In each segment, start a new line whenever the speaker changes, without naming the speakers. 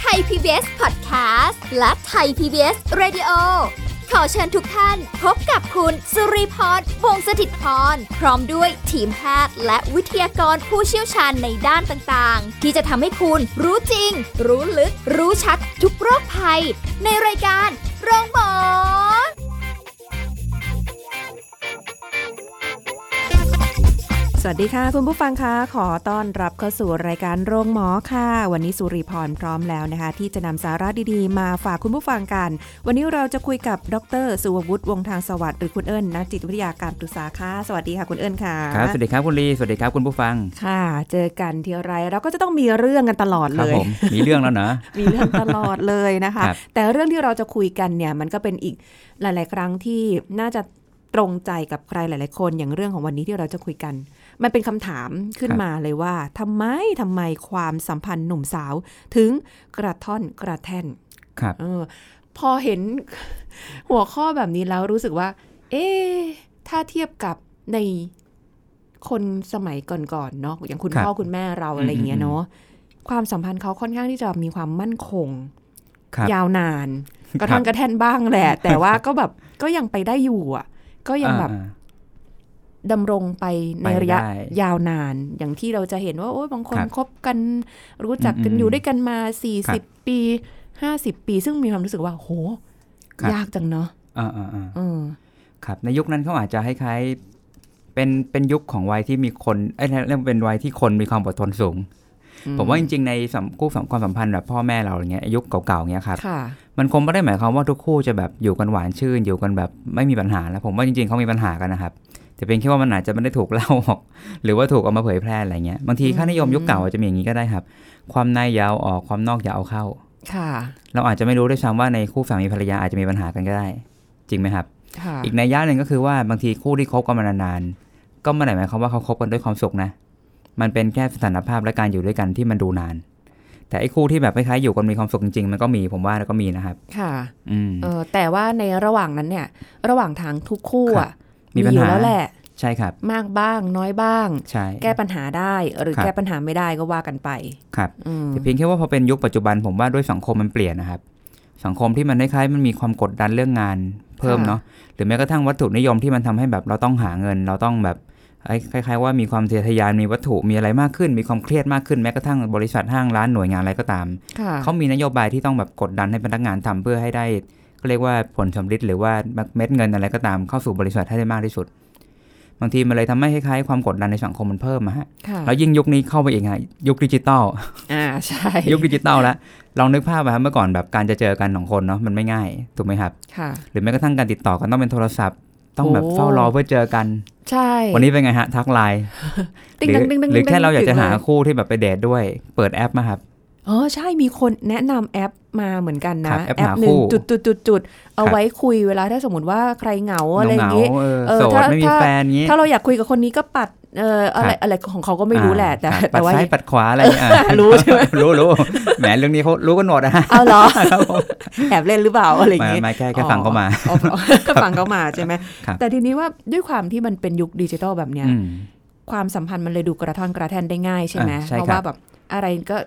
ไทย PBS Podcast และไทย PBS Radio ขอเชิญทุกท่านพบกับคุณ สุริพรวงศสถิตพร พร้อมด้วยทีมแพทย์และวิทยากรผู้เชี่ยวชาญในด้านต่างๆ ที่จะทำให้คุณรู้จริง รู้ลึก รู้ชัดทุกโรคภัย ในรายการโรงพยาบาล
สวัสดีค่ะ คุณผู้ฟังคะขอต้อนรับเข้าสู่รายการโรงหมอค่ะ วันนี้สุริพรพร้อมแล้วนะคะ ที่จะนำสาระดีๆ มาฝากคุณผู้ฟังกัน วันนี้เราจะคุยกับดรสุวัตวงศ์ทางสวัสดิ์หรือคุณเอิญนักจิตวิทยาการปรึกษาค่ะสวัสดีค่ะคุณเอิญค่ะ
ครับ สวัสดีครับคุณลี สวัสดีครับคุณผู้ฟัง
ค่ะ เจอกันทีไรเราก็จะต้องมีเรื่องกันตลอด
ค
เล
รั
ย
ผม มีเรื่องแล้วนะ
มีเรื่องตลอดเลยนะคะ
ครับ
แต่เรื่องที่เราจะคุยกันเนี่ยมันก็เป็นอีกหลาย ๆ ครั้งที่น่าจะตรงใจกับใครหลาย ๆ คนอย่างเรื่องของวันนี้ที่เราจะคุยกัน มันเป็นคำถามขึ้น
ครับ
มาเลยว่าทำไมทำไมความสัมพันธ์หนุ่มสาว ถึงกระท่อนกระแท่น
ครับ
เออพอเห็น หัวข้อแบบนี้แล้วรู้สึกว่า เอ๊ะถ้าเทียบกับในคนสมัยก่อนๆเนาะอย่างคุณ
ครับ
พ่อคุณแม่เราอะไรอย่างเงี้ย
อืม
เนาะความสัมพันธ์เขาค่อนข้างที่จะมีความมั่นคง
ครับ
ยาวนาน กระท่อนกระแท่นบ้างแหละ แต่ว่า ก็แบบก็ยังไปได้อยู่อ่ะ ก็ยังแบบดำรงไปในระยะ
ไปได้
ยาวนาน อย่างที่เราจะเห็นว่าโอ้ยบางคน
ครับ
คบกัน รู้จักกัน
อืม
อยู่ด้วยกันมา
ครั
40
บ
ปีห้าสิบปี ซึ่งมีความรู้สึกว่าโห
ครับ
ยากจังเนาะ
อ่าอ่าอ่า
เออ
ครับ ในยุคนั้นเขาอาจจะคล้ายๆเป็น เป็นยุคของวัยที่มีคน เอ้ยเรียกว่าเป็นวัยที่คนมีความอดทนสูง
อืม
ผมว่าจริงๆ ในสัมคู่สัมความสัมพันธ์แบบพ่อแม่เราอย่างเงี้ยยุคเก่าๆเงี้ยครับ
ค่ะ
มันคงไม่ได้หมายความว่าทุกคู่จะแบบอยู่กันหวานชื่น อยู่กันแบบไม่มีปัญหาแล้วผมว่าจริงๆเขามีปัญหากันนะครับ แต่เป็นแค่ว่ามันอาจจะไม่ได้ถูกเล่า ออก หรือว่าถูกเอามาเผยแพร่อะไรเงี้ยบางทีค่านิยมยุคเก่าอาจจะมีอย่างนี้ก็ได้ครับ ความในอยาวออกความนอกอยาเอาเข้า
ค่ะ
เราอาจจะไม่รู้ด้วยซ้ำว่าในคู่สามีภรรยาอาจจะมีปัญหากันก็ได้ จริงไหมครับ
ค่ะ
อีกในยย่าหนึ่งก็คือว่าบางทีคู่ที่คบกันมานานๆก็ไม่ได้หมายความว่าเขาคบกันด้วยความสุขนะ มันเป็นแค่สถานภาพและการอยู่ด้วยกันที่มันดูนาน แต่ไอ้คู่ที่แบบคล้ายๆอยู่กันมีความสุขจริงๆ มันก็มีผมว่าแล้วก็มีนะครับ
ค่ะ
อืม
เออแต่ว่าในระหว่างนั้นเนี่ย ระหว่างทางทุกคู่อ่ะ
มีปัญ
อยู่
หา
แล้วแหละ
ใช่ครับ
มากบ้างน้อยบ้าง
ใช่
แก้ปัญหาได้ หรือ
ครับ
แก้ปัญหาไม่ได้ก็ว่ากันไป
ครับ
อืม
แต่เพียงแค่ว่าพอเป็นยุคปัจจุบันผมว่าด้วยสังคมมันเปลี่ยนนะครับ สังคมที่มันคล้ายๆมันมีความกดดันเรื่องงานเพิ่ม
ค่ะ
เนาะหรือแม้กระทั่งวัตถุนิยมที่มันทำให้แบบเราต้องหาเงิน เราต้องแบบไอ้คล้ายๆ ว่ามีความเสียทะยานมีวัตถุมีอะไรมากขึ้น มีความเครียดมากขึ้นแม้กระทั่งบริษัทห้างร้านหน่วยงานอะไรก็ตาม
ค่ะ
เขามีนโยบายที่ต้องแบบกดดันให้พนักงานทำเพื่อให้ได้ก็เรียกว่าผลสำลิดหรือว่าเม็ดเงินอะไรก็ตามเข้าสู่บริษัทให้ได้มากที่สุด บางทีมันเลยทำให้คล้ายๆความกดดันในสังคมมันเพิ่มอะฮะ
ค่ะ
แล้วยิ่งยุคนี้เข้าไปอีกฮะยุคดิจิตอล
อ่าใช่
ยุคดิจิตอลแล้วลองนึกภาพอะครับเมื่อก่อนแบบการจะเจอกันของคนเนาะมันไม่ง่ายถูกไหมครับ
ค่ะ
หรือแม้กระทั่งการติดต่อกันต้องเป็นโทรศัพท์ ต้องแบบ
โอ้
เฝ้ารอเพื่อเจอกัน
ใช่
วันนี้เป็นไงฮะทักไลน์ห
ติ๊ง
รื
ดังติ๊งดัง
หรือแค่เราอยากจะหา
ติ๊งดัง
คู่ที่แบบไปเดทด้วย เปิดแอปมาครับ
อ๋อใช่มีคนแนะนำแอปมาเหมือนกัน
ครั
นะ
บแอปหา
หนึ่ง
คู่
จุดจุดจุดจุดเอา
ครับ
ไว้คุยเวลาถ้าสมมติว่าใครเหงาอะไรอย่าง
เหาง
งี้
ๆเออ
เออ
โสด
ถ้า
ไม่มี
ถ้า
แฟนงี้
ถ้าเราอยากคุยกับคนนี้ก็ปัดเอ่ออะไร
ครับ
อะไรของเขาก็ไม่รู้แหละ แต่
อ่าครับ
แต่ว่า
ปัดซ้ายปัดขวาอะไรอ่ะ
รู้ใช่ไหม
รู้รู้แหมเรื่องนี้เขารู้กันหมดนะฮะ
เอาเหรอ
ครับผม
แอบเล่นหรือเปล่าอะไรอย่าง
ไม่
งี้
ไม่แค่แค่ฟังเขามา
อ๋ออ๋อ ฟังเขามาใช่ไหม
ครับ
แต่ทีนี้ว่าด้วยความที่มันเป็นยุคดิจิทัลแบบเนี้ย
อืม
ความสัมพันธ์มันเลยดูกระท่อนกระแท่นได้ง่ายใช่ไหม
อ่าใช่
เพราะ
ครับ
ว่าแบบอะไรก็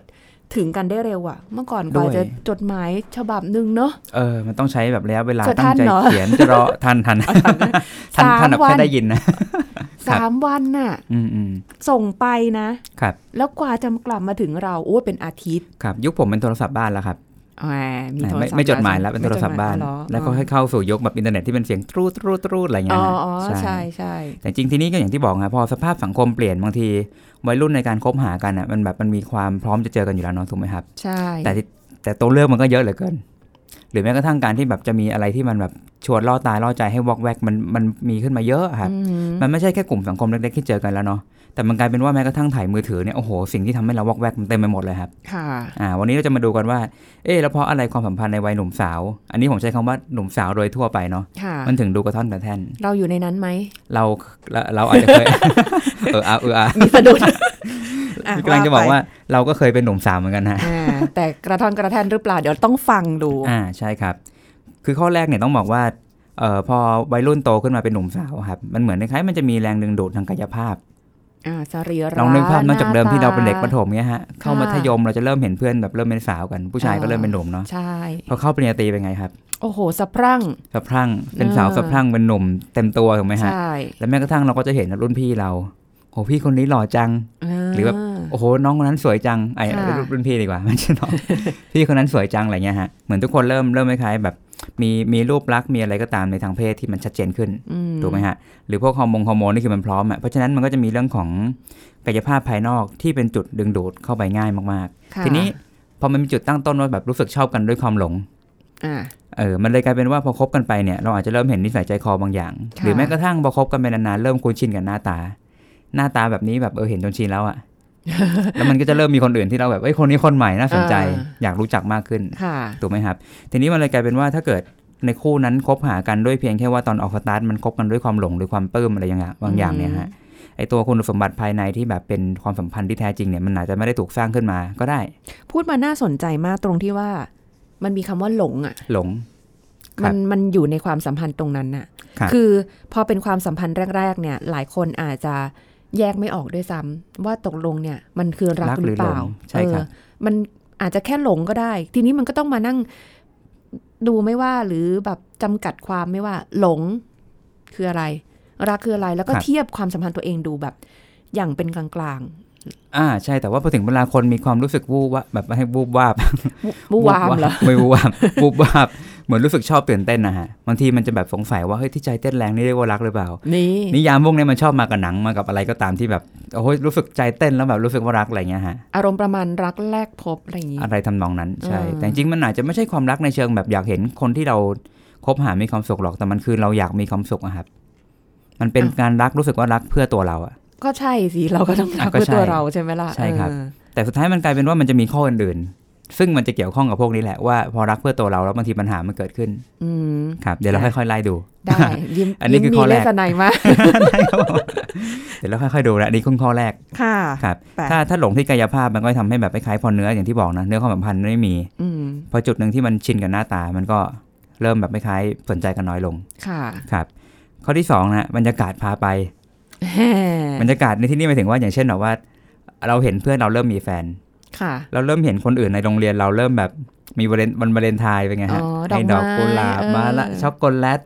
ถึงกันได้เร็วอะเมื่อก่อนก
ด้
ว่า
วย
จะจดหมายฉบับหนึ่งเนาะ
เออ มันต้องใช้แบบระยะเวลา
จะ
ตั้งใจ
ทันเหรอ
เขียนจะรอทันทันทันทันแบ
สาม
บ
วัน
แค่ได้ยินนะ ครับ
สามวันน่ะ
อืมอืม
ส่งไปนะ
ครับ
แล้วกว่าจะกลับมาถึงเราโอ้ยเป็นอาทิตย์
ครับ ยุคผมเป็นโทรศัพท์บ้านแล้วครับ
แหมมีโทร
ไม่
ศัพท์
ไม่จดหมายแล้วเป็นโทรศัพท์บ้าน
ไม่จดหมยอ๋อเหรอ
แล้วก็ให้เข้าสู่ยุคแบบอินเทอร์เน็ตที่เป็นเสียงตรูดตรูดตรูดอะไร
อ๋
เงี้
อย
ฮะ
อ๋อใช่ใช่
แต่จริงทีนี้ก็อย่างที่บอกครับพอสภาพสังคมเปลี่ยนบางทีวัยรุ่นในการคบหากันอ่ะมันแบบมันมีความพร้อมจะเจอกันอยู่แล้วเนาะถูกไหมครับ
ใช่
แต่ที่แต่ตัวเลือกมันก็เยอะเหลือเกิน หรือแม้กระทั่งการที่แบบจะมีอะไรที่มันแบบชวนล่อตาล่อใจให้วอกแวกมันมันมีขึ้นมาเยอะครับ
อืม
มันไม่ใช่แค่กลุ่มสังคมเล็กๆที่เจอกันแล้วเนาะ แต่มันกลายเป็นว่าแม้กระทั่งถ่ายมือถือเนี่ย โอ้โห สิ่งที่ทำให้เราวอกแวกมันเต็มไปหมดเลยครับ
ค่ะ
อ่า วันนี้เราจะมาดูกันว่า เอ๊ะแล้วเพราะอะไรความสัมพันธ์ในวัยหนุ่มสาว อันนี้ผมใช้คำว่าหนุ่มสาวโดยทั่วไปเนาะ
ค่ะ
มันถึงดูกระท่อนกระแท่น
เราอยู่ในนั้นไหม
เรา เราเราอาจจะเคย เออเอาเออเอา
มีสะดุดอ่
กำลังจะบอก
ไป
ว่าเราก็เคยเป็นหนุ่มสาวเหมือนกันฮะ
อ่าแต่กระท่อนกระแท่นหรือเปล่า เดี๋ยวต้องฟังดู
อ่า ใช่ครับ คือข้อแรกเนี่ยต้องบอกว่า เอ่อพอวัยรุ่นโตขึ้นมาเป็นหนุ่มสาวครับมันเหมือนคล้ายๆมันจะมีแรงดึงดูดทางกายภาพ
อ่าสรีระ
ลองนึกภาพนอกจากเดิม
ห
ที่เราเป็นเด็ก
ต
ประถมเงี้ยฮะเข้า
ค่ะ
มัธยมเราจะเริ่มเห็นเพื่อนแบบเริ่มเป็นสาวกัน ผู้ชายก็
อ่า
เริ่มเป็นหนุ่มเนาะ
ใช่
พอเข้าปริญญาตรีเป็นไงครับ
โอ้โหสะพรั่ง
สะพรั่งเป็นสาว
เออ
สะพรั่งเป็นหนุ่มเต็มตัวถูกไหมฮะ
ใช่
แล้วแม้กระทั่งเราก็จะเห็นรุ่นพี่เราโอ้พี่คนนี้หล่อจัง หรือแบบ โอ้โหน้องคนนั้นสวยจังไอ้
ค่ะ
รุ่นรุ่นพี่ดีกว่า ไม่ใช่ น้อง พี่คนนั้นสวยจังอะไรเงี้ยฮะเหมือนทุกคนเริ่มเริ่มคล้ายๆแบบ มีมีรูปลักษณ์มีอะไรก็ตามในทางเพศที่มันชัดเจนขึ้น
อื
ถูกไหมฮะ หรือพวกฮอร์โมนฮอร์โมนนี่คือมันพร้อมอ่ะเพราะฉะนั้นมันก็จะมีเรื่องของกายภาพภายนอกที่เป็นจุดดึงดูดเข้าไปง่ายมาก
ค่ะ
ๆ ทีนี้พอมันมีจุดตั้งต้นว่าแบบรู้สึกชอบกันด้วยความหลง
อ่า
เออมันเลยกลายเป็นว่าพอคบกันไปเนี่ยเราอาจจะเริ่มเห็นนิสัยใจคอบางอย่าง
ค่ะ
หรือแม้กระทั่งพอคบกันไปนานๆเริ่มคุ้นชินกับหน้าตา หน้าตาแบบนี้แบบเออเห็นจนชิน แล้วอ่ะ แล้วมันก็จะเริ่มมีคนอื่นที่เราแบบเอ้ยคนนี้คนใหม่น่าสนใจ
อ่า
อยากรู้จักมากขึ้น
ค่ะ
ถูกไหมครับ ทีนี้มันเลยกลายเป็นว่าถ้าเกิดในคู่นั้นคบหากันด้วยเพียงแค่ว่าตอนออกสตาร์ทมันคบกันด้วยความหลงหรือความปลื้มอะไรอย่างเงี้ยบางอย่างเนี่ยฮะไอตัวคุณสมบัติภายในที่แบบเป็นความสัมพันธ์ที่แท้จริงเนี่ยมันอาจจะไม่ได้ถูกสร้างขึ้นมาก็ได้
พูดมาน่าสนใจมากตรงที่ว่า มันมีคำว่าหลงอ่ะ
หลง ค
มั
รับ
นมันอยู่ในความสัมพันธ์ตรงนั้นน่ะ
ครับ
อพอเป็นความสัมพันธ์แรก ๆ เนี่ย หลายคนอาจจะแยกไม่ออกด้วยซ้ำว่าตกลงเนี่ย มันคือรักหรือเป
หล
ล่าง
ใช่ครับ
เออมันอาจจะแค่หลงก็ได้ ทีนี้มันก็ต้องมานั่งดูไม่ว่าหรือแบบจำกัดความไม่ว่า หลงคืออะไร รักคืออะไรแล้วก็
ครับ
เทียบความสัมพันธ์ตัวเองดูแบบ อย่างเป็นกลาง
อ่าใช่แต่ว่าพอถึงเวลาคนมีความรู้สึกวูบวะแบบให้วูบวาบ
ๆบู วามเหรอ
ไม่ วูบวาบวูบวาบเหมือนรู้สึกชอบตื่นเต้นนะฮะบางทีมันจะแบบสงสัยว่าเฮ้ยที่ใจเต้นแรงนี่เรียกว่ารักหรือเปล่า
นี่
นิยามพวกเนี้ยมันชอบมากับหนังมากับอะไรก็ตามที่แบบโอ้ยรู้สึกใจเต้นแล้วแบบรู้สึกว่ารักอะไรอย่างเงี้ยฮะ
อารมณ์ประมาณรักแรกพบอะไรอย่างนี้
อะไรทำนองนั้นใช่
เออ
แต่จริงๆมันอาจจะไม่ใช่ความรักในเชิงแบบอยากเห็นคนที่เราคบหามีความสุขหรอกแต่มันคือเราอยากมีความสุขอะครับ มันเป็นการรักรู้สึกว่ารักเพื่อตัวเราอะ
ก็ใช่สิเราก็ต้อง
อ่ะ
รัก
ก็
เพื่อ
ใช่
ตัวเราใช่ไหมล่ะ
ใช่ครับ
เออ
แต่สุดท้ายมันกลายเป็นว่ามันจะมีข้ออื่นๆซึ่งมันจะเกี่ยวข้องกับพวกนี้แหละว่าพอรักเพื่อตัวเราแล้วบางทีปัญหามันเกิดขึ้น
อืม
ครับเดี๋ยวเรา
ค่ะ
ค่อยๆไล่ดู
ได้ ยิ้ม
อันนี้คือ
ยิ้ม
ข้อแรก
มีเลสไนยมาก
เดี๋ยวเราค่อยๆดูนะนี่คือข้อแรก
ค่ะ
ครับ
แปด
ถ้าถ้าหลงที่กายภาพมันก็ทำให้แบบคล้ายๆพอเนื้ออย่างที่บอกนะเนื้อความสัมพันธ์ไม่มี
อืม
พอจุดหนึ่งที่มันชินกับหน้าตา มันก็เริ่มแบบคล้ายๆสนใจกันน้อยลง
ค่ะ
ครับข้อที่สองนะบรรยากาศพาไป
แฮ่
บรรยากาศในที่นี่หมายถึงว่าอย่างเช่นแบบว่า เราเห็นเพื่อนเราเริ่มมีแฟน
ค่ะ
เราเริ่มเห็นคนอื่นในโรงเรียนเราเริ่มแบบมีวาเลนวันวาเลนไทน์เป็นไงฮะ
อ๋อดอกไม้
ให้ดอกกุหลาบ
เออ
มาละช็อกโกแลต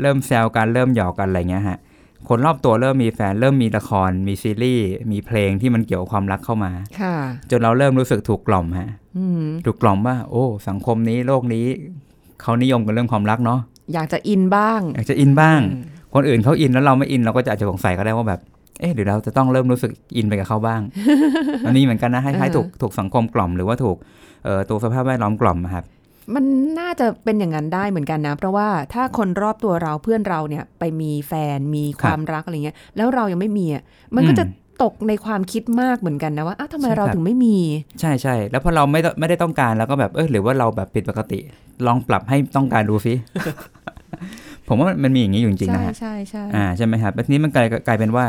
เริ่มแซวกันเริ่มหยอกกันอะไรเงี้ยฮะคนรอบตัวเริ่มมีแฟน เริ่มมีละคร มีซีรีส์มีเพลงที่มันเกี่ยวกับความรักเข้ามา
ค่ะ
จนเราเริ่มรู้สึกถูกกล่อมฮะ
อืม
ถูกกล่อมว่า โอ้ สังคมนี้โลกนี้เขานิยมกันเรื่องความรักเนาะ
อยากจะอินบ้าง
อยากจะอินบ้าง
อืม
คนอื่นเขาอินแล้วเราไม่อินเราก็จะอาจจะสงสัยก็ได้ว่าแบบ เอ๊ะหรือเราจะต้องเริ่มรู้สึกอินไปกับเขา บ้าง อันนี้เหมือนกันนะคล้ายๆถูกถูกสังคมกล่อมหรือว่าถูกเอ่อตัวสภาพแวดล้อมกล่อมอะครับ
มันน่าจะเป็นอย่างนั้นได้เหมือนกันนะ เพราะว่าถ้าคนรอบตัวเราเพื่อนเราเนี่ยไปมีแฟนมีความรักอะไรเงี้ย แล้วเรายังไม่มีอ่ะ มันก็
อืม
จะตกในความคิดมากเหมือนกันนะว่า อ้าวทำไม
ใช่
เรา
ครับ
ถึงไม่มี
ใช่ใช่แล้วพอเราไม่ต้องไม่ได้ต้องการเราก็แบบเออหรือว่าเราแบบผิดปกติ ลองปรับให้ต้องการดูสิ ผมว่ามันมันมีอย่างนี้อยู่จริงๆ
ใช่
นะฮะ
ใช่ใช่
อ่าใช่ไหมครับแล้วทีนี้มันกลายกลายเป็นว่า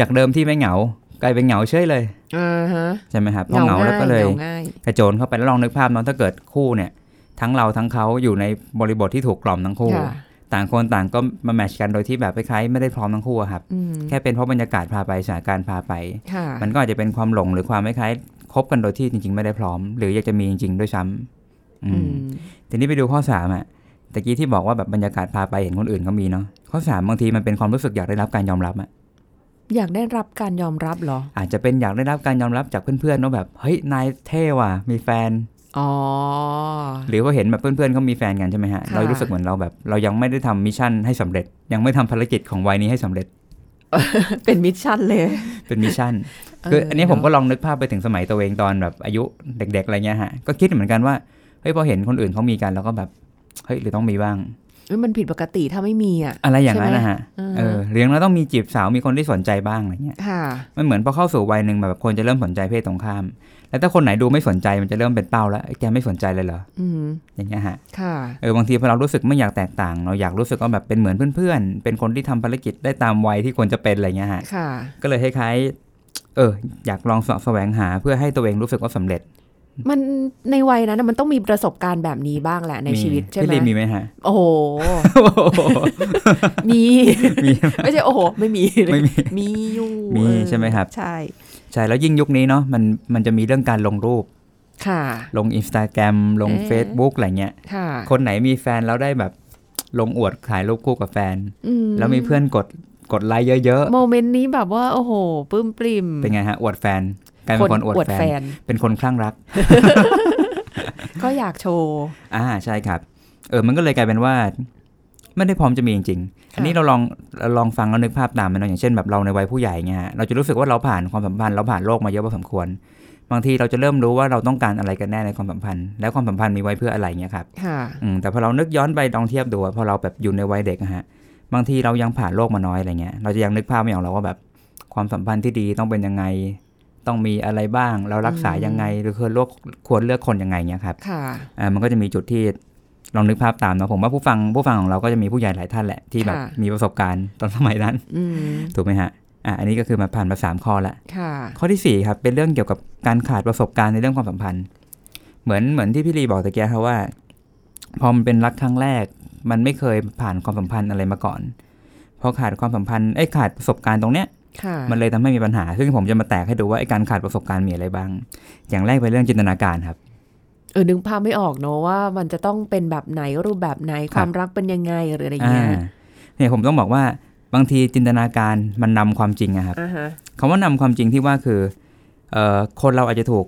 จากเดิมที่ไม่เหงา กลายเป็นเหงาเฉยเลย
อ่าฮะ
ใช่ไหมครับพอเหงาแล้วก็เลย
หาง่าย
กระโจนเข้าไปแล้วลองนึกภาพน้องถ้าเกิดคู่เนี่ย ทั้งเราทั้งเขาอยู่ในบริบทที่ถูกกล่อมทั้งคู่
ค่ะ
ต่างคนต่างก็มาแมทชกันโดยที่แบบคล้ายๆไม่ได้พร้อมทั้งคู่อะครับ
อืม
แค่เป็นเพราะบรรยากาศพาไปสถานการณ์พาไป
ค่ะ
มันก็อาจจะเป็นความหลงหรือความคล้ายๆคบกันโดยที่จริง ๆ ไม่ได้พร้อม หรืออยากจะมีจริง ๆ ด้วยซ้ำอื
อื
ม
ม
ทีนี้ไปดูข้อสามอะตะกี้ที่บอกว่าแบบบรรยากาศพาไปเห็นคนอื่นก็มีเนาะข้อสามบางทีมันเป็นความรู้สึกอยากได้รับการยอมรับอะ
อยากได้รับการยอมรับเหรอ
อาจจะเป็นอยากได้รับการยอมรับจากเพื่อนๆเนาะแบบเฮ้ยนายเท่ว่ะมีแฟน
อ๋อ
หรือว่าเห็นแบบเพื่อนๆเขามีแฟนกันใช่ไหมฮะ
ค่ะ
เรารู้สึกเหมือนเราแบบ เรายังไม่ได้ทำมิชชั่นให้สำเร็จ ยังไม่ทำภารกิจของวัยนี้ให้สำเร็จ
เป็นมิชชั่นเลย
เป็นมิชชั่น คืออันนี้ผมก็ลองนึกภาพไปถึงสมัยตัวเองตอนแบบอายุเด็กๆอะไรเงี้ยฮะ ก็คิดเหมือนกันว่า เฮ้ยพอเห็นคนอื่นเขามีกันเราก็แบบ เฮ้ยหรือต้องมีบ้าง
เอ้ยมันผิดปกติถ้าไม่มีอ่ะ
อะไรอย่างนั้นนะฮะ
ใช่ไหม
เอ
อ่า
อหรืออย่างเราต้องมีจีบสาวมีคนที่สนใจบ้างอะไรเงี้ย
ค่ะ
มันเหมือนพอเข้าสู่วัยหนึ่งแบบคนจะเริ่มสนใจเพศตรงข้าม แล้วถ้าคนไหนดูไม่สนใจมันจะเริ่มเป็นเป้าแล้วเอ้ยแกไม่สนใจเลยเหรอ
อืม
อย่างเงี้ยฮะ
ค่ะ
เออบางทีพอเรารู้สึกไม่อยากแตกต่าง เราอยากรู้สึกว่าแบบเป็นเหมือนเพื่อนๆ เป็นคนที่ทำภารกิจได้ตามวัยที่ควรจะเป็นอะไรเงี้ยฮะ
ค่ะ
ก็เลยคล้ายๆเอออยากลองเสาะแสวงหาเพื่อให้ตัวเองรู้สึกว่าสำเร็จ
มันในวัยนั้นนะมันต้องมีประสบการณ์แบบนี้บ้างแหละในชีวิตใช่
พี่
ไหม
ลินมีไหม ฮะ
โอ้โห มี ไม่ใช่โอ้โห ไม่มีเลย
ไม่มี
มีอยู่
มี
เออ
ใช่ไหมครับ
ใช่
ใช่แล้วยิ่งยุคนี้เนาะมันมันจะมีเรื่องการลงรูป
ค่ะ
ลง Instagram ลง
เอ๊ะ
Facebook อะไรเงี้ย
ค่ะ
คนไหนมีแฟนแล้วได้แบบ ลงอวดถ่ายรูปคู่กับแฟน
อื
แล้วมีเพื่อนกดกดไลค์เยอะ
โมเมนต์นี้แบบว่า โอ้โหปลื้มปริ่ม
ๆ เป็นไงฮะอวดแฟนกลายเป็นคนอวดแฟน
น
เป็นคนคลั่งรัก
ก็อยากโชว์
อ่าใช่ครับ เออมันก็เลยกลายเป็นว่า ไม่ได้พร้อมจะมีจริงๆ อันนี้เราลองเราลองฟังแล้วนึกภาพตามมันเนอะอย่างเช่นแบบเราในวัยผู้ใหญ่เงี้ยฮะเราจะรู้สึกว่าเราผ่านความสัมพันธ์เราผ่านโลกมาเยอะพอสมควร บางทีเราจะเริ่มรู้ว่าเราต้องการอะไรกันแน่ในความสัมพันธ์ แล้วความสัมพันธ์มีไว้เพื่ออะไรเงี้ยครับ
ค่ะ
อืมแต่พอเรานึกย้อนไปลองเทียบดูอะพอเราแบบอยู่ในวัยเด็กอะฮะบางทีเรายังผ่านโลกมาน้อยอะไรเงี้ยเราจะยังนึกภาพไม่ออกเราว่าแบบความสัมพันธ์ที่ดีต้องเป็นยังไง ต้องมีอะไรบ้าง เรารักษายังไงหรือควรเลือกควรเลือกคนยังไงเงี้ยครับ
ค่ะ
อ่ามันก็จะมีจุดที่ลองนึกภาพตามเนอะผมว่าผู้ฟังผู้ฟังของเราก็จะมีผู้ใหญ่หลายท่านแหละที่แบบ
ค่ะ
มีประสบการณ์ตอนสมัยนั้น
อืม
ถูกไหมฮะอ่ะอันนี้ก็คือมาผ่านมาสามข้อละ
ค่ะ
ข้อที่สี่ครับเป็นเรื่องเกี่ยวกับการขาดประสบการณ์ในเรื่องความสัมพันธ์ เหมือนเหมือนที่พี่ลีบอกตะเกียครับว่า พอมันเป็นรักครั้งแรก มันไม่เคยผ่านความสัมพันธ์อะไรมาก่อนพอขาดความสัมพันธ์ไอ้ยขาดประสบการณ์ตรงเนี้ย
ค่ะ
มันเลยทำให้มีปัญหา ซึ่งผมจะมาแตกให้ดูว่าไอ้การขาดประสบการณ์มีอะไรบ้าง อย่างแรกเป็นเรื่องจินตนาการครับ
เออ นึกภาพไม่ออกเนอะว่ามันจะต้องเป็นแบบไหนรูปแบบไหน
ค
ครับ วามรักเป็นยังไงหรืออะไรเงี้ย
อ่าเนี่ยผมต้องบอกว่าบางทีจินตนาการมันนำความจริงอะครับ
อ่าฮะ
คำว่านำความจริงที่ว่าคือเอ่อคนเราอาจจะถูก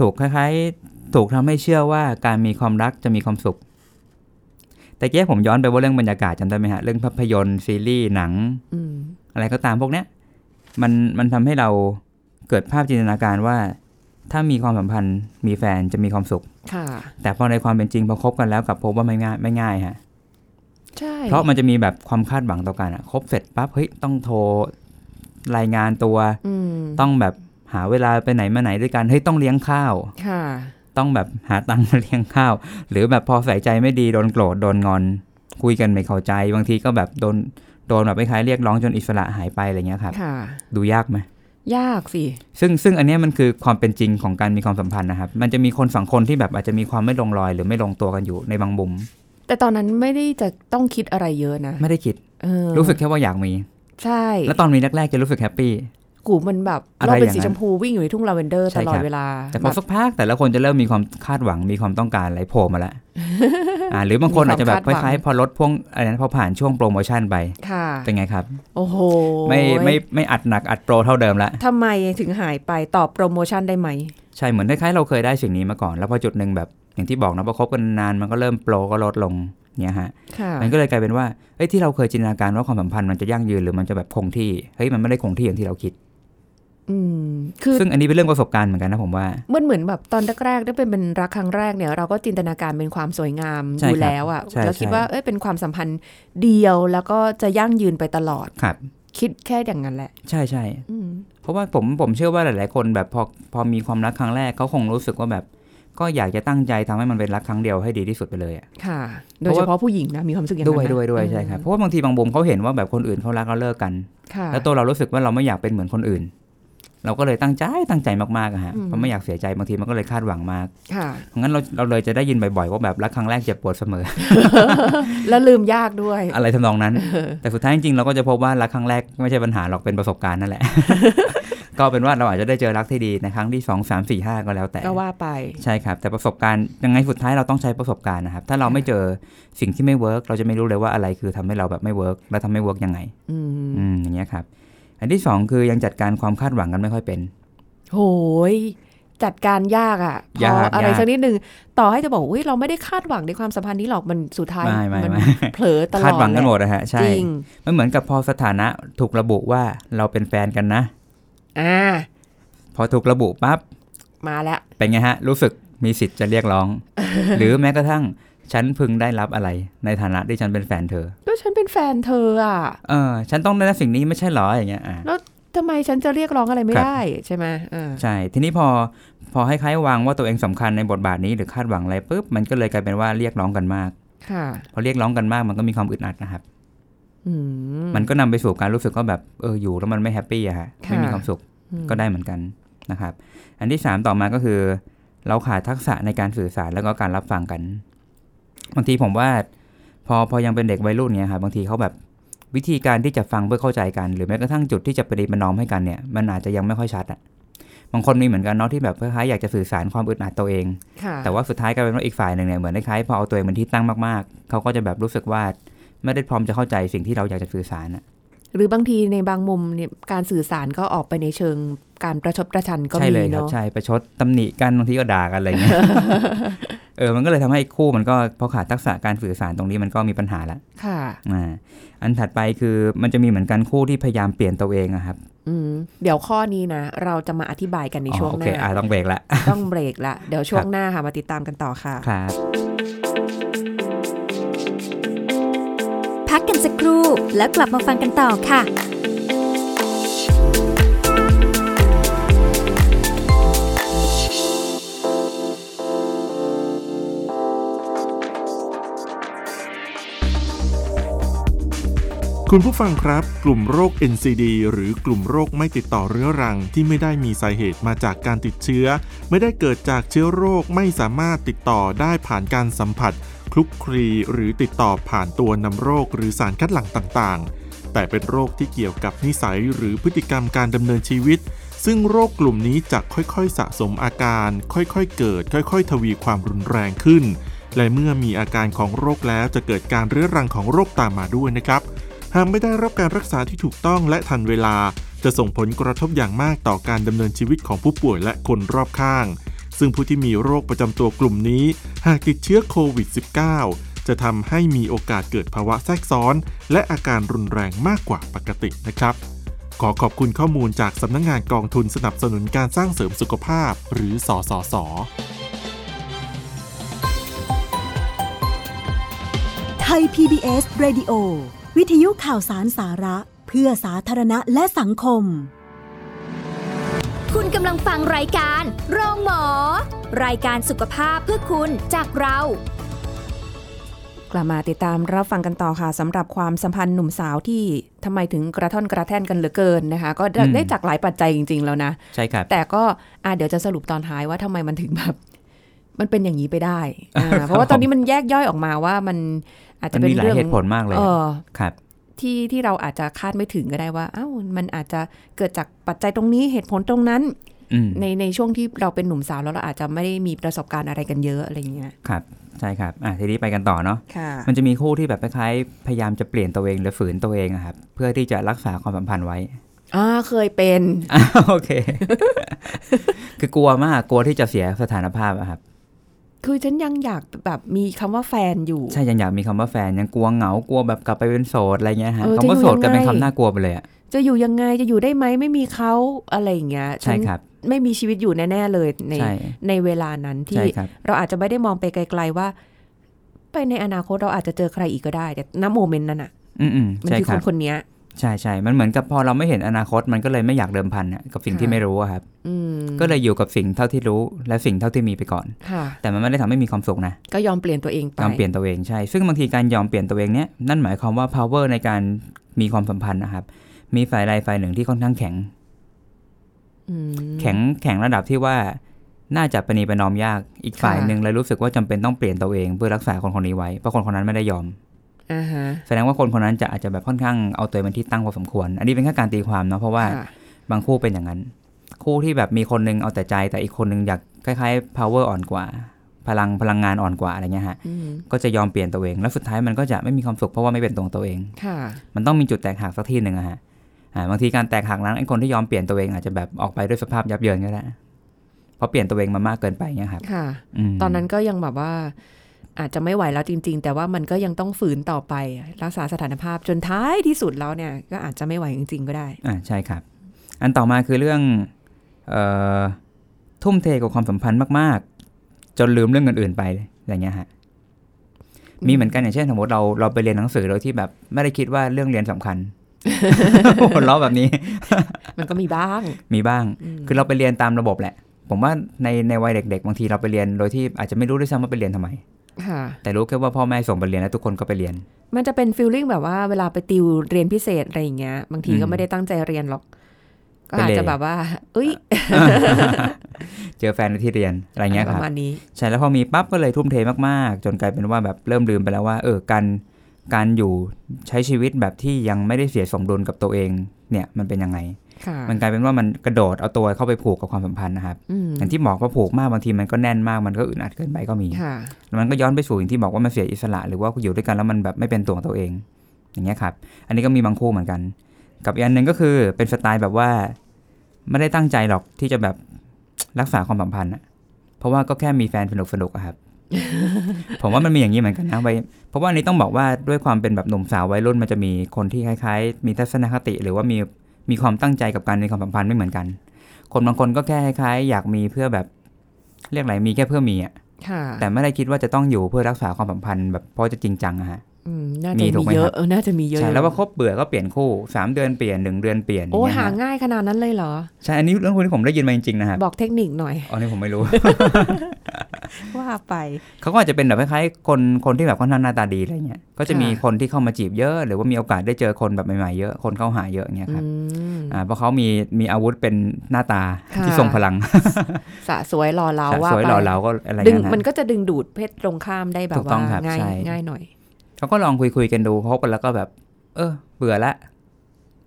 ถูกคล้ายๆ ถูกทำให้เชื่อว่าการมีความรักจะมีความสุข แต่แก้ผมย้อนไปว่าเรื่องบรรยากาศจำได้ไหมฮะเรื่องภาพยนตร์ซีรีส์หนัง
อืม
อะไรก็ตามพวกเนี้ยมันมันทำให้เราเกิดภาพจินตนาการว่า ถ้ามีความสัมพันธ์มีแฟนจะมีความสุข
ค่ะ
แต่พอในความเป็นจริงพอคบกันแล้วกลับพบว่าไม่ง่ายไม่ง่ายฮะ
ใช่
เพราะมันจะมีแบบความคาดหวังต่อกันอะครบเสร็จปั๊บเฮ้ยต้องโทรรายงานตัว
อืม
ต้องแบบหาเวลาไปไหนมาไหนด้วยกันเฮ้ยต้องเลี้ยงข้าว
ค่ะ
ต้องแบบหาตังค์มาเลี้ยงข้าว หรือแบบพอใส่ใจไม่ดีโดนโกรธโดนงอน คุยกันไม่เข้าใจ บางทีก็แบบโดนโดนแบบคล้ายๆเรียกร้องจนอิสระหายไปอะไรเงี้ยครับ
ค่ะ
ดูยากไหม
ยากสิ
ซึ่งซึ่งอันเนี้ยมันคือความเป็นจริงของการมีความสัมพันธ์นะครับ มันจะมีคนสองคนที่แบบอาจจะมีความไม่ลงรอย หรือไม่ลงตัวกันอยู่ในบางมุม
แต่ตอนนั้นไม่ได้จะต้องคิดอะไรเยอะนะ
ไม่ได้คิด
เออ
รู้สึกแค่ว่าอยากมี
ใช่
แล้วตอนมีแรกๆจะรู้สึกแฮปปี้
กูมันแบบ
อะไร
เราเป็น
อย่าง
สี
นั้น
ชมพูวิ่งอยู่ในทุ่งลาเวนเดอร์
ใช่
ตลอ
ค
ด
รับ
เวลา
แต่พอ
บบ
สักพักแต่ละคนจะเริ่มมีความคาดหวังมีความต้องการอะไรโผล่ มาแล้ว อ่า หรือบางคนอาจจะแบบค
มีความคาดหวัง
ล้ายๆพอลดพ่วงอะไรนะพอผ่านช่วงโปรโมชั่นไป
ค่ะ
เป็นไงครับ
โอ้โห
ไม่ไม่ไม่อัดหนักอัดโปรเท่าเดิมละ
ทำไมถึงหายไปตอบโปรโมชั่นได้ไหม
ใช่เหมือนคล้ายๆเราเคยได้สิ่งนี้มาก่อน แล้วพอจุดหนึ่งแบบอย่างที่บอกนะพอคบกันนานมันก็เริ่มโปรก็ลดลงเนี่ยฮะ
ค่ะ
มันก็เลยกลายเป็นว่าเอ้ยที่เราเคยจินตนาการว่าความสัมพันธ์มันจะยั่งยืนหรือมันจะแบบคงที่เฮ้ยมันไม่ได้คงที่อย่างที่เราคิด
อืม คือ
ซึ่งอันนี้เป็นเรื่องประสบการณ์เหมือนกันนะผมว่า
มันเหมือนแบบตอนแรกๆได้เป็นเป็นรักครั้งแรกเนี่ย เราก็จินตนาการเป็นความสวยงาม
ใช่
อยู่
ครับ
แล้วอะ่ะ
ใช่
เราคิด
ใช่
ว่าเอ้ยเป็นความสัมพันธ์เดียวแล้วก็จะยั่งยืนไปตลอด
ครับ
คิดแค่อย่างนั้นแหละ
ใช่ใช่
อืม
เพราะว่าผมผมเชื่อว่าหลาย ๆ คนแบบพอพอมีความรักครั้งแรกเขาคงรู้สึกว่าแบบ ก็อยากจะตั้งใจทำให้มันเป็นรักครั้งเดียวให้ดีที่สุดไปเลยอะ
ค่ะ
เพ
โดย
ราะ
เฉ
ว่า
พาะผู้หญิงนะมีความรู้สึกอย่าง
ด้
นั้
วน ย
นะ
ด้วยด้วย
เออ
ใช่ครับเพราะว่าบางทีบางบุมเขาเห็นว่าแบบคนอื่นเขารักแล้วเลิกกัน
ค่ะ
แล้วตัวเรารู้สึกว่าเราไม่อยากเป็นเหมือนคนอื่น เราก็เลยตั้งใจตั้งใจมากๆอะฮะ
อืม
เพราะไม่อยากเสียใจบางทีมันก็เลยคาดหวังมาก
ค่ะ
เพราะงั้นเราเราเลยจะได้ยินบ่อย ๆ ว่าแบบรักครั้งแรกเจ็บปวดเส มอ
แล้วลืมยากด้วย
อะไรทำน องนั้น แต่สุดท้ายจริงๆเราก็จะพบว่ารักครั้งแรกไม่ใช่ปัญหาหรอกเป็นประสบการณ์นั่นแหละ ก็เป็นว่าเราอาจจะได้เจอรักที่ดีในครั้งที่สองสามสี่ห้าก็แล้วแต่
ก็ว่าไป
ใช่ครับ แต่ประสบการณ์ยังไงสุดท้ายเราต้องใช้ประสบการณ์นะครับ ถ้าเราไม่เจอสิ่งที่ไม่เวิร์กเราจะไม่รู้เลยว่าอะไรคือทำให้เราแบบไม่เวิร์กและทำให้เวิร์กยังไง
อืม
อืมอย่างเงี้ยครับ อันที่สองคือยังจัดการความคาดหวังกันไม่ค่อยเป็น
โหย จัดการยากอะ่ะพ
ยา
อก อะไร
ยาก
สักนิดหนึ่งต่อให้จะบอกอุ้ยเราไม่ได้คาดหวังในความสัมพันธ์นี้หรอกมันสุดท้าย
ไม่ไม่
น
ไม่
เผลอตลอด
คาดหวังกันหม
แ
ดนะฮะ
หละ
ใช่
จริง
มันเหมือนกับพอสถานะถูกระบุว่าเราเป็นแฟนกันนะ
อ่า
พอถูกระบุปั๊บ
มาแล้ว
เป็นไงฮะ รู้สึกมีสิทธิ์จะเรียก ร้อง หรือแม้กระทั่งฉันพึงได้รับอะไร ในฐานะที่ฉันเป็นแฟนเธอ
ก็ฉันเป็นแฟนเธออ่ะ
เออ ฉันต้องได้รับสิ่งนี้ไม่ใช่เหรออย่างเงี้ยอ่า
ทำไมฉันจะเรียกร้องอะไรไม่
ครับ
ได้ใช่ไหมอ่า
ใช่ ทีนี้พอพอให้คล้ายวางว่าตัวเองสำคัญในบทบาทนี้หรือคาดหวังอะไรปุ๊บมันก็เลยกลายเป็นว่าเรียกร้องกันมาก
ค่ะ
พอเรียกร้องกันมากมันก็มีความอึดอัดนะครับ
อืม
มันก็นำไปสู่การรู้สึกว่าแบบเอออยู่แล้วมันไม่แฮปปี้อะฮะ
ค่ะ
ไม่มีความสุข
อืม
ก็ได้เหมือนกันนะครับ อันที่สามต่อมาก็คือ เราขาดทักษะในการสื่อสารแล้วก็การรับฟังกัน บางทีผมว่า พอพอยังเป็นเด็กวัยรุ่นเนี่ยครับบางทีเขาแบบวิธีการที่จะฟังเพื่อเข้าใจกัน หรือแม้กระทั่งจุดที่จะประดิประนอมให้กันเนี่ยมันอาจจะยังไม่ค่อยชัดอะบางคนมีเหมือนกันเนาะที่แบบคล้ายๆอยากจะสื่อสารความอึดอัดตัวเอง
ค่ะ
แต่ว่าสุดท้ายกลายเป็นว่าอีกฝ่ายหนึ่งเนี่ยเหมือนคล้ายๆพอเอาตัวเองเป็นที่ตั้งมากๆ เขาก็จะแบบรู้สึกว่าไม่ได้พร้อมจะเข้าใจสิ่งที่เราอยากจะสื่อสารอะ
หรือบางทีในบางมุมเนี่ยการสื่อสารก็ออกไปในเชิงการประชดประชันก็
ใช่
มี
เลยครับ
เนาะ
ใช่ประชดตำหนิกันบางทีก็ด่ากันอะไร เงี้ย เออมันก็เลยทำให้คู่มันก็พอขาดทักษะการสื่อสารตรงนี้มันก็มีปัญหาละ
ค่ะ
อ่าอันถัดไปคือมันจะมีเหมือนกันคู่ที่พยายามเปลี่ยนตัวเองอะครับ
อืมเดี๋ยวข้อนี้นะ เราจะมาอธิบายกันใน
อ๋อ
ช่วง
โอ
ห
เค
น้า
อ่าต้องเบรกละ
ต้องเบรกละ เดี๋ยวช่วงหน้าค่ะมาติดตามกันต่อค่ะ
ครับ
พักกันสักครู่แล้วกลับมาฟังกันต่อค่ะ
คุณผู้ฟังครับ กลุ่มโรค NCD หรือกลุ่มโรคไม่ติดต่อเรื้อรังที่ไม่ได้มีสาเหตุมาจากการติดเชื้อ ไม่ได้เกิดจากเชื้อโรคไม่สามารถติดต่อได้ผ่านการสัมผัส คลุกคลีหรือติดต่อผ่านตัวนำโรคหรือสารคัดหลั่งต่างๆ แต่เป็นโรคที่เกี่ยวกับนิสัยหรือพฤติกรรมการดำเนินชีวิต ซึ่งโรคกลุ่มนี้จะค่อยๆ สะสมอาการ ค่อยๆ เกิด ค่อยๆ ทวีความรุนแรงขึ้น และเมื่อมีอาการของโรคแล้วจะเกิดการเรื้อรังของโรคตามมาด้วยนะครับ หากไม่ได้รับการรักษาที่ถูกต้องและทันเวลา จะส่งผลกระทบอย่างมากต่อการดำเนินชีวิตของผู้ป่วยและคนรอบข้าง ซึ่งผู้ที่มีโรคประจำตัวกลุ่มนี้ หากติดเชื้อโควิด -19 จะทำให้มีโอกาสเกิดภาวะแทรกซ้อน และอาการรุนแรงมากกว่าปกตินะครับ ขอขอบคุณข้อมูลจากสำนักงงานกองทุนสนับสนุนการสร้างเสริมสุขภาพ หรือสสส
ไทย PBS Radio วิทยุข่าวสารสาระ เพื่อสาธารณะและสังคม
คุณกำลังฟังรายการโรงหมอ รายการสุขภาพเพื่อคุณจากเรา
กลับมาติดตามรับฟังกันต่อค่ะสำหรับความสัมพันธ์หนุ่มสาวที่ทำไมถึงกระท่อนกระแท่นกันเหลือเกินนะคะ ก็ได้ได้จากหลายปัจจัยจริง ๆ แล้วนะ
ใช่ครับ
แต่ก็อ่ะเดี๋ยวจะสรุปตอนท้ายว่าทำไมมันถึงแบบ มันเป็นอย่างนี้ไปได้อ่าเพราะว่าตอนนี้มันแยกย่อยออกมาว่ามันอาจ
มั
จะ
น
เป็น
มีหลาย
เรื่อง
เหตุผลมากเลย
เออ
ครับ
ที่ที่เราอาจจะคาดไม่ถึงก็ได้ว่าอ้าวมันอาจจะเกิดจากปัจจัยตรงนี้เหตุผลตรงนั้น
อืม
ในในช่วงที่เราเป็นหนุ่มสาวแล้วเราอาจจะไม่ได้มีประสบการณ์อะไรกันเยอะอะไรเงี้ย
ครับ ใช่ครับอ่ะทีนี้ไปกันต่อเนาะ
ค่ะ
มันจะมีคู่ที่แบบคล้ายๆพยายามจะเปลี่ยนตัวเองหรือฝืนตัวเองอะครับ เพื่อที่จะรักษาความสัมพันธ์ไว้
อ่าเคยเป็น
อ่ะโอเค คือกลัวมากกลัวที่จะเสียสถานภาพอะครับ
คือฉันยังอยากแบบมีคำว่าแฟนอยู่
ใช่ยังอยากมีคำว่าแฟนยังกลัวเหงากลัวแบบกลับไปเป็นโสดอะไรเงี้ยฮะ
เออ
คำว่า
จะอยู่
โสดกลายเป็น
ยังไง
คำน่ากลัวไปเลยอะ
จะอยู่ยังไงจะอยู่ได้ไหมไม่มีเขาอะไรอย่างเงี้ย
ใช่
ฉัน
ครับ
ไม่มีชีวิตอยู่แน่ๆเลยใน
ใช่
ในเวลานั้นที่
ใช่ครับ
เราอาจจะไม่ได้มองไปไกล ๆว่า ไปในอนาคตเราอาจจะเจอใครอีกก็ได้แต่ณโมเมนต์นั้นอ่ะ
อืมอืม
มัน
ใช่
คือ
ค
ค
รั
น
บ
คนเนี้ย
ใช่ใช่มันเหมือนกับพอเราไม่เห็นอนาคตมันก็เลยไม่อยากเดิมพันอะกับสิ่ง
ค่ะ
ที่ไม่รู้อะครับ
อืม
ก็เลยอยู่กับสิ่งเท่าที่รู้และสิ่งเท่าที่มีไปก่อน
ค่ะ
แต่มันไม่ได้ทำให้มีความสุขนะ
ก็ยอมเปลี่ยนตัวเองไป
ยอมเปลี่ยนตัวเองใช่ ซึ่งบางทีการยอมเปลี่ยนตัวเองเนี้ยนั่นหมายความว่า power ในการมีความสัมพันธ์นะครับ มีฝ่ายใดฝ่ายหนึ่งที่ค่อนข้างแข็ง
อืม
แข็งแข็งระดับที่ว่าน่าจะประนีประนอมยากอีกฝ่ายหนึ่งเลยรู้สึกว่าจำเป็นต้องเปลี่ยนตัวเองเพื่อรักษาคนคนนี้ไว้เพราะคนคนนั้นไม่ได้ยอม
อ่าฮะ
แสดงว่าคนคนนั้นจะอาจจะแบบค่อนข้างเอาตัวเองเป็นที่ตั้งพอสมควร อันนี้เป็นแค่การตีความเนาะเพราะว่า
ค่ะ
บางคู่เป็นอย่างนั้น คู่ที่แบบมีคนหนึงเอาแต่ใจแต่อีกคนหนึงอยากคล้ายๆ power อ่อนกว่า พลังพลังงานอ่อนกว่าอะไรเงี้ยฮะ
อืม
ก็จะยอมเปลี่ยนตัวเองแล้วสุดท้ายมันก็จะไม่มีความสุขเพราะว่าไม่เป็นตัวของตัวเอง
ค่ะ
มันต้องมีจุดแตกหักสักที่หนึ่งอะฮะอ่าบางทีการแตกหักนั้นไอ้คนที่ยอมเปลี่ยนตัวเองอาจจะแบบออกไปด้วยสภาพยับเยินก็ได้เพราะเปลี่ยนตัวเองมามากเกินไปเงี้ยครับ
ค่ะ
ม
ตอนนั้นก็ยังแบบว่า อาจจะไม่ไหวแล้วจริง ๆ แต่ว่ามันก็ยังต้องฝืนต่อไป รักษาสถานภาพจนท้ายที่สุดแล้วเนี่ย ก็อาจจะไม่ไหวจริง ๆ ก็ได้
อ่าใช่ครับ อันต่อมาคือเรื่องเอ่อทุ่มเทกับความสัมพันธ์มากๆ จนลืมเรื่องอื่นๆไปอย่างเงี้ยฮะมีเหมือนกันอย่างเช่นสมมติเราเราไปเรียนหนังสือโดยที่แบบไม่ได้คิดว่าเรื่องเรียน สำคัญ หัวเราะแบบนี้
มันก็มีบ้าง
มีบ้าง
อืม
คือเราไปเรียนตามระบบแหละ ผมว่าในในวัยเด็ก ๆ บางทีเราไปเรียนโดยที่อาจจะไม่รู้ด้วยซ้ำว่าไปเรียนทำไม
ค่ะ
แต่รู้แค่ว่าพ่อแม่ส่งไปเรียนแล้วทุกคนก็ไปเรียน
มันจะเป็นฟีลลิ่งแบบว่าเวลาไปติวเรียนพิเศษอะไรอย่างเงี้ย บางที
อืม
ก็ไม่ได้ตั้งใจเรียนหรอก ก็ ก็อาจ
เป็น
จะ
เล
แบบว่า เอ้ย
เจอแฟนในที่เรียนอะไรเงี้ย
ป
ครับ
ระมาณนี้
ใช่แล้วพอมีปั๊บก็เลยทุ่มเทมากๆ จนกลายเป็นว่าแบบเริ่มลืมไปแล้วว่า เออการการอยู่ใช้ชีวิตแบบที่ยังไม่ได้เสียสมดุลกับตัวเองเนี่ยมันเป็นยังไง
ค่ะ
มันกลายเป็นว่ามันกระโดดเอาตัวเข้าไปผูกกับความสัมพันธ์นะครับ
อืม
อย่างที่บอกว่าผูกมากบางทีมันก็แน่นมากมันก็อึดอัดเกินไปก็มี
ค่ะ
แล้วมันก็ย้อนไปสู่อย่างที่บอกว่ามันเสียอิสระ หรือว่าอยู่ด้วยกันแล้วมันแบบไม่เป็นตัวของตัวเอง อย่างเงี้ยครับ อันนี้ก็มีบางคู่เหมือนกัน กับอีกอันหนึ่งก็คือเป็นสไตล์แบบว่า ไม่ได้ตั้งใจหรอกที่จะแบบรักษาความสัมพันธ์อะเพราะว่าก็แค่มีแฟนสนุกสนุกๆอะครับ ผมว่ามันมีอย่างนี้เหมือนกันนะไว้ยเพราะว่าอันนี้ต้องบอกว่าด้วยความเป็นแบบหนุ่มสาววัยรุ่นมันจะมีคนที่คล้ายๆ มีทัศนคติ หรือว่ามีมีความตั้งใจกับการมีความสัมพันธ์ไม่เหมือนกัน คนบางคนก็แค่คล้ายๆ อยากมีเพื่อแบบเรียกอะไรมีแค่เพื่อมีอะ
ค่ะ
แต่ไม่ได้คิดว่าจะต้องอยู่เพื่อรักษาความสัมพันธ์แบบเพราะจะจริงจังอะฮะ
อืมน่า
มี
จะ
ถู
มี
กไหม
เย
ครั
อะ
บ
เออน่าจะมีเยอะ
ใช่
อยู่
แล้วว่าคบเบื่อก็เปลี่ยนคู่สามเดือนเปลี่ยนหนึ่งเดือนเปลี่ยน
โอ้
ย่งเงี้ย
หา
ฮะ
ง่ายขนาดนั้นเลยเหรอ
ใช่ อันนี้เรื่องพวกนี้ผมได้ยินมาจริง ๆ นะครับ
บอกเทคนิคหน่อย
อันนี้ผมไม่รู้
ว่าไป
เขาก็อาจจะเป็นแบบคล้ายๆ คนคนที่แบบค่อนข้างหน้าตาดีอะไรเงี้ย ก็จะมี
ค่ะ
คนที่เข้ามาจีบเยอะ หรือว่ามีโอกาสได้เจอคนแบบใหม่ๆ เยอะ คนเข้าหาเยอะเงี้ยครับ
อืม
อ่า เพราะเขามีมีอาวุธเป็นหน้าตา
ค่ะ
ที่ทรงพลัง
สะสวยหล่อเราว่า
สวย
ไป
หล่อเหลาก็อะไร
ดึง
เงี้ยนะ
มันก็จะดึงดูดเพศตรงข้ามได้แบ
ถู
บ
กต้
ว่า
องครับ
ง่าย
ใช่
ง่ายหน่อย
เขาก็ลองคุยคุยๆกันดูพบกันแล้วก็แบบ เออ เบื่อละ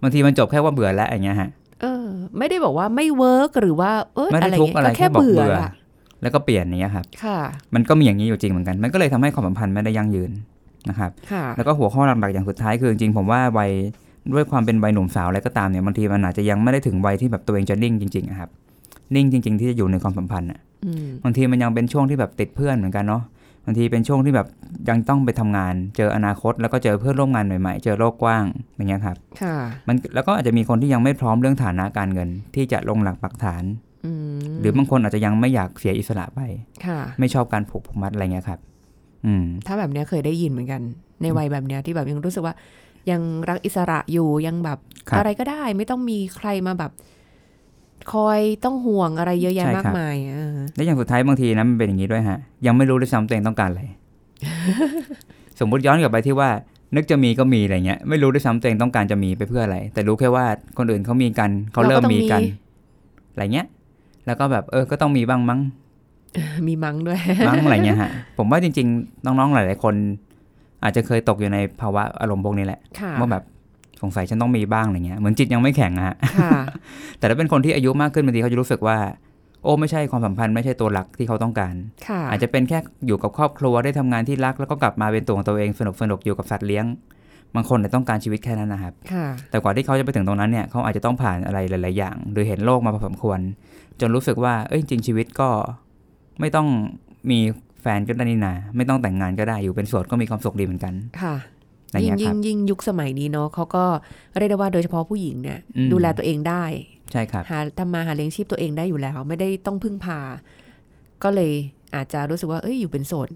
บางทีมันจบแค่ว่าเบื่อแล้วอย่างเงี้ยฮะ
เออ ไม่ได้บอกว่าไม่เวิร์กหรือว่าเออ
ไม่
อะ
ได้
ไร
ทุกข์
เงี้ย
อะไร
ก็
แค่
แค่
บอก
เบื่อ
เบื่อ
อะ
แล้วก็เปลี่ยนอย่างเงี้ยครับ
ค่ะ
มันก็มีอย่างนี้อยู่จริงเหมือนกัน มันก็เลยทำให้ความสัมพันธ์ไม่ได้ยั่งยืนนะครับ
ค่ะ
แล้วก็หัวข้อหลักๆอย่างสุดท้ายคือจริงๆผมว่าวัยด้วยความเป็นวัยหนุ่มสาวอะไรก็ตามเนี่ยบางทีมันอาจจะยังไม่ได้ถึงวัยที่แบบตัวเองจะนิ่งจริงๆอะครับนิ่งจริง ๆ ที่จะอยู่ในความสัมพันธ์อะ
อืม
บางทีมันยังเป็นช่วงที่แบบติดเพื่อนเหมือนกันเนาะบางทีเป็นช่วงที่แบบยังต้องไปทำงาน เจออนาคต แล้วก็เจอเพื่อนร่วมงานใหม่ๆ เจอโลกกว้างอย่างเงี้ยครับ
ค่ะ
มันแล้วก็อาจจะมีคนที่ยังไม่พร้อมเรื่องฐานะการเงิน ที่จะลงหลักปักฐาน
อืม
หรือบางคนอาจจะยังไม่อยากเสียอิสระไป
ค่ะ
ไม่ชอบการผูกผูกมัดอะไรเงี้ยครับ อืม
ถ้าแบบเนี้ยเคยได้ยินเหมือนกัน ในวัยแบบเนี้ยที่แบบยังรู้สึกว่า ยังรักอิสระอยู่ยังแบบ
ครับ
อะไรก็ได้ ไม่ต้องมีใครมาแบบ คอยต้องห่วงอะไรเยอะแยะมากมายอ่า
และอย่างสุดท้ายบางทีนะมันเป็นอย่างนี้ด้วยฮะ ยังไม่รู้ด้วยซ้ำตัวเองต้องการ อะไร สมมติย้อนกลับไปที่ว่า นึกจะมีก็มีอะไรเงี้ยไม่รู้ด้วยซ้ำตัวเองต้องการจะมีไปเพื่ออะไร แต่รู้แค่ว่าคนอื่นเขามีกันเขาเริ่มมีกันอะไรเงี้ย แล้วก็แบบเออก็ต้องมีบ้างมั้ง
มีมั้งด้วย
มั้งอะไรเงี้ยฮะ ผมว่าจริง ๆ น้องๆหลาย ๆ คน อาจจะเคยตกอยู่ในภาวะอารมณ์พวกนี้แหละ
ค่ะ
ว่าแบบสงสัยฉันต้องมีบ้างอะไรเงี้ยเหมือนจิตยังไม่แข็งอะฮะ
ค่ะ
แต่ถ้าเป็นคนที่อายุมากขึ้นบางทีเขาจะรู้สึกว่า โอ้ไม่ใช่ความสัมพันธ์ไม่ใช่ตัวหลักที่เขาต้องการ
ค่ะ
อาจจะเป็นแค่อยู่กับครอบครัวได้ทำงานที่รัก แล้วก็กลับมาเป็นตัวของตัวเองสนุกสนุกอยู่กับสัตว์เลี้ยง บางคนเนี่ยต้องการชีวิตแค่นั้นนะครับ
ค่ะ
แต่กว่าที่เขาจะไปถึงตรงนั้นเนี่ยเขาอาจจะต้องผ่านอะไรหลาย ๆ อย่าง หรือเห็นโลกมาพอสมควร จนรู้สึกว่าเอ้ยจริงชีวิตก็ไม่ต้องมีแฟนก็ได้นี่นาไม่ต้องแต่งงานก็ได้อยู่เป็นโสดก็มีความสุขดีเหมือนกัน
ค่ะ
อะไรอย่าง
ยิ่ง
เงี้
ยิ่
ยครับ
งยิ่งยุคสมัยนี้เนาะเขาก็เรียกได้ว่าโดยเฉพาะผู้หญิงเนี่ย
อืม
ดูแลตัวเองได้
ใช่ครับ
หาทำมาหาเลี้ยงชีพตัวเองได้อยู่แล้ว ไม่ได้ต้องพึ่งพา ก็เลยอาจจะรู้สึกว่าเอ้ยอยู่เป็นโสด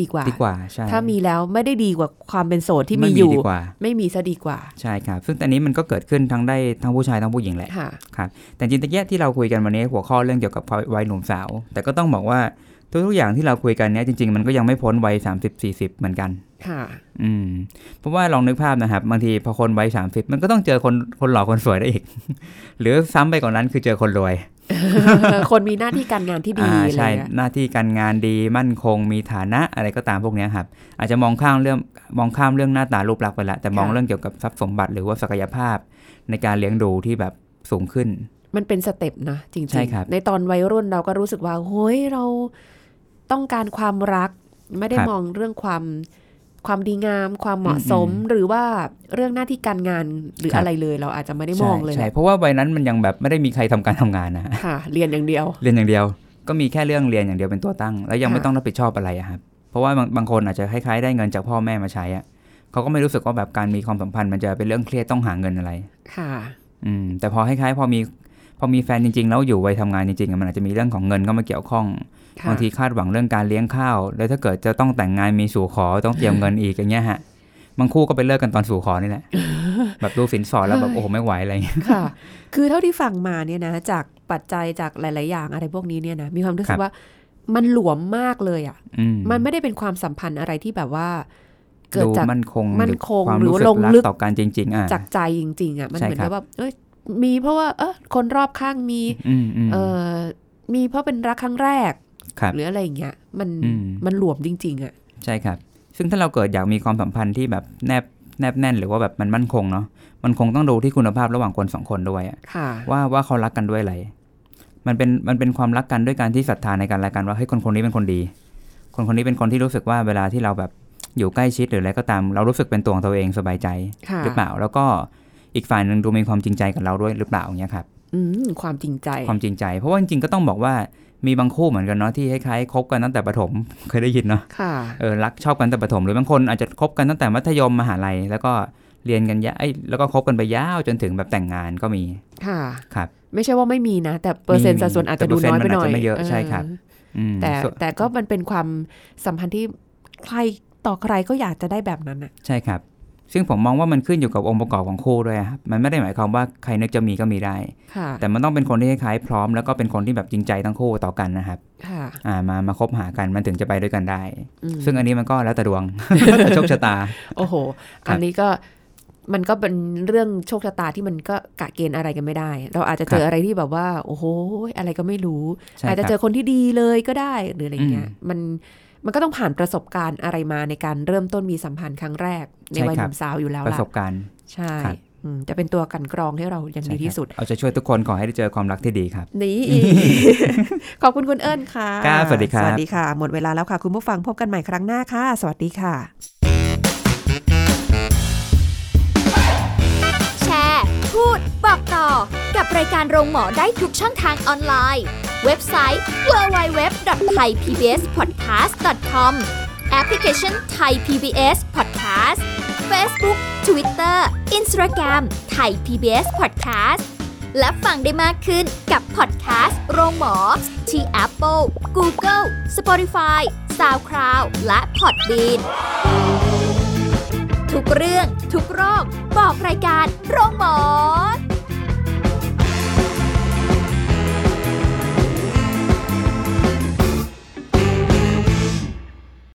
ดีกว่า
ดีกว่าใช่
ถ้ามีแล้วไม่ได้ดีกว่าความเป็นโสดที่
ไม่
มีอยู่
ดีกว่า
ไม่มีซะดีกว่า
ใช่ครับ ซึ่งอันนี้มันก็เกิดขึ้นทั้งได้ทั้งผู้ชายทั้งผู้หญิงแหละ
ค่ะ
แต่จริงๆตะเกียะที่เราคุยกันวันนี้หัวข้อเรื่องเกี่ยวกับวัยหนุ่มสาว แต่ก็ต้องบอกว่าทุกๆอย่างที่เราคุยกันเนี้ยจริง ๆ มันก็ยังไม่พ้นวัยสามสิบสี่สิบเหมือนกัน
ค่ะ
อืมเพราะว่าลองนึกภาพนะครับบางทีพอคนวัยสามสิบมันก็ต้องเจอคนคนหล่อคนสวยได้อีก หรือซ้ำไปกว่านนั้นคือเจอคนรวย
คนมีหน้าที่การงานที่ดี
อ่า
อะไร
ใช่
เงี้ย
หน้าที่การงานดีมั่นคงมีฐานะอะไรก็ตามพวกเนี้ยครับอาจจะมองข้ามเรื่องมองข้ามเรื่องหน้าตารูปลักษณ์ไปละแต่มองเรื่องเกี่ยวกับทรัพย์สมบัติ หรือว่าศักยภาพในการเลี้ยงดูที่แบบสูงขึ้น
มันเป็นสเต็ปนะจริง
ใช่ครับ
ในตอนวัยรุ่นเราก็รู้สึกว่าเฮ้ยเราต้องการความรัก ไม่ได้
ครับ
มองเรื่องความความดีงาม ความเหมาะ
อืม
สมหรือว่าเรื่องหน้าที่การงานหรือ
ครับ
อะไรเลย เราอาจจะไม่ได้มองเลย
ใช่ใช่เพราะว่าวัยนั้นมันยังแบบไม่ได้มีใครทำการทำงานนะ
ค่ะ เรียนอย่างเดียว
เรียนอย่างเดียวก็มีแค่เรื่องเรียนอย่างเดียวเป็นตัวตั้ง แล้วยัง
ค่ะ
ไม่ต้องรับผิดชอบอะไรอะครับเพราะว่าบางบางคนอาจจะคล้ายๆได้เงินจากพ่อแม่มาใช้อะเขาก็ไม่รู้สึกว่าแบบการมีความสัมพันธ์มันจะเป็นเรื่องเครียดต้องหาเงินอะไร
ค่ะ
อืมแต่พอคล้ายๆพอมีพอมีแฟนจริงๆ แล้วอยู่วัยทำงานจริงๆอะมันอาจจะมีเรื่องของเงินเข้ามาเกี่ยวข้อง
ค่ะ
บางทีคาดหวังเรื่องการเลี้ยงข้าวแล้วถ้าเกิดจะต้องแต่งงานมีสู่ขอต้องเตรียมเงินอีกอย่างเงี้ยฮะบางคู่ก็ไปเลิกกันตอนสู่ขอ นี่แหละ แบบดูสินสอดแล้วแบบโอ้โหไม่ไหวอะไรอย่างเงี้ย
ค่ะ คือเท่าที่ฟังมาเนี่ยนะ จากปัจจัยจากหลาย ๆ อย่างอะไรพวกนี้เนี่ยนะมีความรู้สึ
ครั
ก
บ
ว่ามันหลวมมากเลยอ่ะ
อื
มันไม่ได้เป็นความสัมพันธ์อะไรที่แบบว่า เกิดจาก
มั่นคง
มั่นคง
ความ
หรือ
รู้สึก
ลง
รัก
ลึก
ต่อกันจริง ๆอ่ะ
จากใจจริง ๆ อ่ะ มัน
ใช่
เหมือน
ครั
กั
บบ
ว่าเอ้ย มีเพราะว่าเออคนรอบข้างมี
อืมอืม
เออมีเพราะเป็นรักครั้งแรก
ครับ
หรืออะไรอย่างเงี้ยมัน
อืม
มันหลวมจริง ๆอะ่ะ
ใช่ครับ ซึ่งถ้าเราเกิดอยากมีความสัมพันธ์ที่แบบแนบแนบแน่นหรือว่าแบบมันมั่นคงเนาะ มันคงต้องดูที่คุณภาพระหว่างคนสองคนด้วยอะ
ค่ะ
ว่าว่าเขารักกันด้วยอะไร มันเป็นมันเป็นความรักกันด้วยการที่ศรัทธาในการละกันว่าเฮ้ยคนคนนี้เป็นคนดี คนคนนี้เป็นคนที่รู้สึกว่าเวลาที่เราแบบอยู่ใกล้ชิดหรืออะไรก็ตาม เรารู้สึกเป็นตัวของตัวเองสบายใจ
ค่ะ
หรือเปล่า แล้วก็อีกฝ่ายหนึ่งดูมีความจริงใจกับเราด้วยหรือเปล่าอย่างเงี้ยครับ
อืมความจริงใจ
ความจริงใจ เพราะว่าจริงๆก็ต้องบอกว่ามีบางคู่เหมือนกันเนาะที่คล้ายๆคบกันตั้งแต่ประถม เคยได้ยินเนาะ
ค่ะ
เออรักชอบกันตั้งแต่ประถมหรือบางคนอาจจะคบกันตั้งแต่มัธยมมหาลัย แล้วก็เรียนกันยะเอ้ยแล้วก็คบกันไปยาวจนถึงแบบแต่งงานก็มี
ค่ะ
ครับ
ไม่ใช่ว่าไม่มีนะ แต่เปอร์เซ็นต์
มี
สัดส่วนอาจจะดูน้อยไปหน่อย
แต่เปอร์เซ็นต์มันอาจจะไม่เยอะใช่ครับ อืม
เออแต่
ส่วน
แต่ก็มันเป็นความสัมพันธ์ที่ใครต่อใครก็อยากจะได้แบบนั้นอ่ะ
ใช่ครับ ซึ่งผมมองว่ามันขึ้นอยู่กับองค์ประกอบของคู่ด้วยครับมันไม่ได้หมายความว่าใครนึกจะมีก็มีได้
ค่ะ
แต่มันต้องเป็นคนที่คล้ายๆพร้อมแล้วก็เป็นคนที่แบบจริงใจทั้งคู่ต่อกันนะครับ
ค่ะ
อ่ามามาคบหากันมันถึงจะไปด้วยกันได้
อืม
ซึ่งอันนี้มันก็แล้วแต่ด วง แล้วแต่โชคชะตา
โอ้โห
ครั
อัน
บ
นี้ก็มันก็เป็นเรื่องโชคชะตาที่มันก็กะเกณฑ์อะไรกันไม่ได้ เราอาจจะเจ
ค
อ
รับ
อะไรที่แบบว่า โอ้โหอะไรก็ไม่รู้
ใช่ครับ
อาจจะเจอคนที่ดีเลยก็ได้หรืออะไรเงี้ย
อืม
มันมันก็ต้องผ่านประสบการณ์อะไรมาในการเริ่มต้นมีสัมพันธ์ครั้งแรก ใน
ใช่
วัย
ค
ห
รับ
นุ่มสาวอยู่แล้ว
ประ
ล่ะ
สบการณ์
ใช่
ครับ
อืมจะเป็นตัวกลันกรองให้เราอย่างดีที่สุด
ใช่ครับเอาใจช่วยทุกคนขอให้ได้เจอความรักที่ดีครับ
นี่อีก ขอบคุณคุณเอิญค่ะ
ครับสวัสดีครับ
สวัสดีค่ะ หมดเวลาแล้วค่ะ คุณผู้ฟังพบกันใหม่ครั้งหน้าค่ะ สวัสดีค่ะ
แชร์ พูด บอกต่อ กับรายการโรงหมอได้ทุกช่องทางออนไลน์ เว็บไซต์ www.thaipbspodcast.com แอปพลิเคชัน Thai PBS Podcast Facebook Twitter Instagram Thai PBS Podcast และฟังได้มากขึ้นกับพอดแคสต์โรงหมอ ที่ Apple, Google, Spotify, SoundCloud และ Podbean ทุกเรื่องทุกโรค บอกรายการโรงหมอ